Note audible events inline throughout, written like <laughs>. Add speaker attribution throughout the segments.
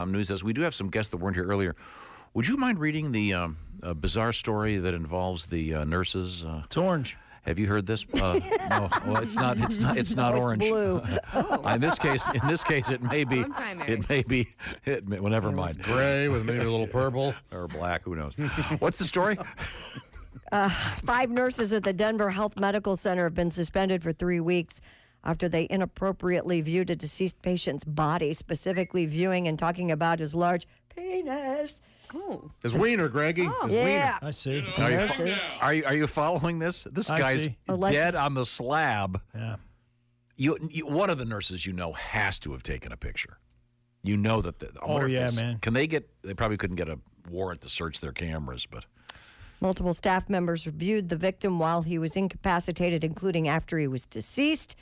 Speaker 1: Um, news desk. We do have some guests that weren't here earlier. Would you mind reading the um, uh, bizarre story that involves the uh, nurses? Uh,
Speaker 2: It's orange.
Speaker 1: have you heard this? Uh, no, well, it's not. It's not. It's not orange.
Speaker 3: blue.
Speaker 1: <laughs> in this case, in this case, it may be.
Speaker 4: On primary.
Speaker 1: It may be. It may, well, never mind.
Speaker 5: gray with maybe a little purple.
Speaker 1: Or black. Who knows? What's the story?
Speaker 3: Five nurses at the Denver Health Medical Center have been suspended for three weeks after they inappropriately viewed a deceased patient's body, specifically viewing and talking about his large penis.
Speaker 4: Oh,
Speaker 5: Is wiener, Greggy? Is
Speaker 3: Oh, Yeah.
Speaker 2: I see.
Speaker 1: Are you,
Speaker 3: Nurses.
Speaker 1: are you are you following this? This
Speaker 2: I
Speaker 1: guy's
Speaker 2: see.
Speaker 3: Alleg-
Speaker 1: dead on the slab.
Speaker 2: Yeah.
Speaker 1: You, you one of the nurses you know has to have taken a picture. You know that. The, I
Speaker 2: Oh,
Speaker 1: wonder if
Speaker 2: yeah,
Speaker 1: it's-
Speaker 2: man.
Speaker 1: Can they get? They probably couldn't get a warrant to search their cameras, but
Speaker 3: Multiple staff members reviewed the victim while he was incapacitated, including after he was deceased.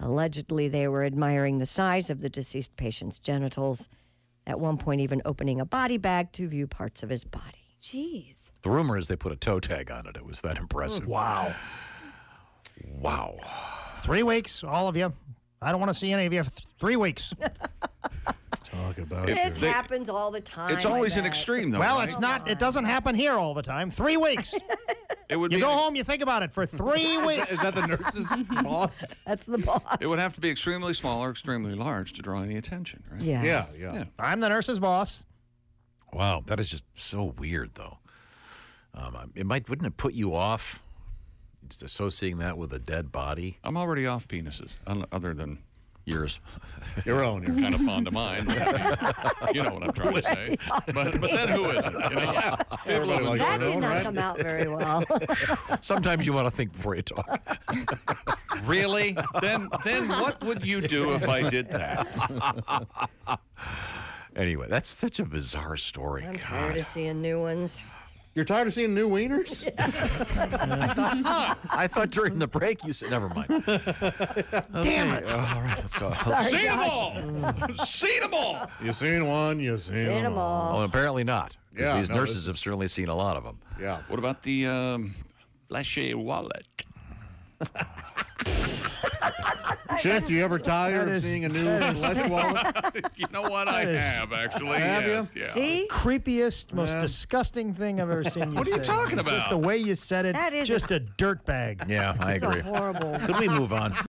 Speaker 3: Allegedly, they were admiring the size of the deceased patient's genitals, at one point, even opening a body bag to view parts of his body.
Speaker 4: jeez.
Speaker 1: the rumor is they put a toe tag on it. It was that impressive.
Speaker 2: Wow.
Speaker 1: Wow.
Speaker 2: Three weeks, all of you. I don't want to see any of you for th- three weeks.
Speaker 6: <laughs>
Speaker 5: Talk about
Speaker 3: This
Speaker 5: it.
Speaker 3: happens all the time.
Speaker 6: It's always
Speaker 3: I
Speaker 6: an
Speaker 3: bet.
Speaker 6: extreme, though.
Speaker 2: well,
Speaker 6: right?
Speaker 2: it's not. It doesn't happen here all the time. Three weeks.
Speaker 6: <laughs> It would
Speaker 2: You
Speaker 6: be.
Speaker 2: go home. You think about it
Speaker 6: <laughs>
Speaker 2: for three weeks.
Speaker 5: Is that the nurse's boss?
Speaker 3: That's the boss.
Speaker 6: It would have to be extremely small or extremely large to draw any attention, right?
Speaker 3: Yes.
Speaker 5: Yeah, yeah.
Speaker 6: Yeah.
Speaker 2: I'm the nurse's boss.
Speaker 1: Wow. That is just so weird, though. Um, I- it might wouldn't it put you off just associating that with a dead body?
Speaker 6: I'm already off penises, un- other than
Speaker 1: Yours.
Speaker 5: Your own. Your
Speaker 6: kind of fond of mine. <laughs> you know what I'm trying to say. But, but then who is it? You know?
Speaker 5: Everybody likes
Speaker 3: That
Speaker 5: their
Speaker 3: did
Speaker 5: own,
Speaker 3: not
Speaker 5: right?
Speaker 3: come out very well.
Speaker 1: Sometimes you want to think before you talk.
Speaker 6: Really? Then then what would you do if I did that?
Speaker 1: Anyway, that's such a bizarre story.
Speaker 3: I'm tired
Speaker 1: God.
Speaker 3: of seeing new ones.
Speaker 5: You're tired of seeing new wieners?
Speaker 1: <laughs> I thought during the break you said, never mind. Damn it. all right. That's all.
Speaker 3: Sorry,
Speaker 6: Seen 'em
Speaker 3: Josh.
Speaker 6: all. <laughs> Seen 'em all.
Speaker 5: you seen one, you seen,
Speaker 3: Seen 'em
Speaker 5: them all.
Speaker 3: all.
Speaker 1: Oh, Well, apparently not. 'cause
Speaker 5: Yeah,
Speaker 1: These
Speaker 5: no,
Speaker 1: nurses
Speaker 5: this is-
Speaker 1: have certainly seen a lot of them.
Speaker 5: Yeah.
Speaker 6: What about the um, flashy wallet? <laughs>
Speaker 5: Chick, do you ever tire of
Speaker 2: is-
Speaker 5: seeing a new flesh wallet?
Speaker 6: You know what? I
Speaker 2: is-
Speaker 6: have actually.
Speaker 5: Have
Speaker 6: yes,
Speaker 5: you?
Speaker 6: Oh, Yeah.
Speaker 3: See?
Speaker 2: Creepiest, most
Speaker 5: Yeah.
Speaker 2: disgusting thing I've ever seen. You
Speaker 6: What are you
Speaker 2: say.
Speaker 6: talking
Speaker 2: Just
Speaker 6: about?
Speaker 2: the way you said it.
Speaker 3: That is a-
Speaker 2: just a dirt bag.
Speaker 1: Yeah, I
Speaker 3: It's
Speaker 1: agree.
Speaker 3: a horrible
Speaker 1: Could we move on?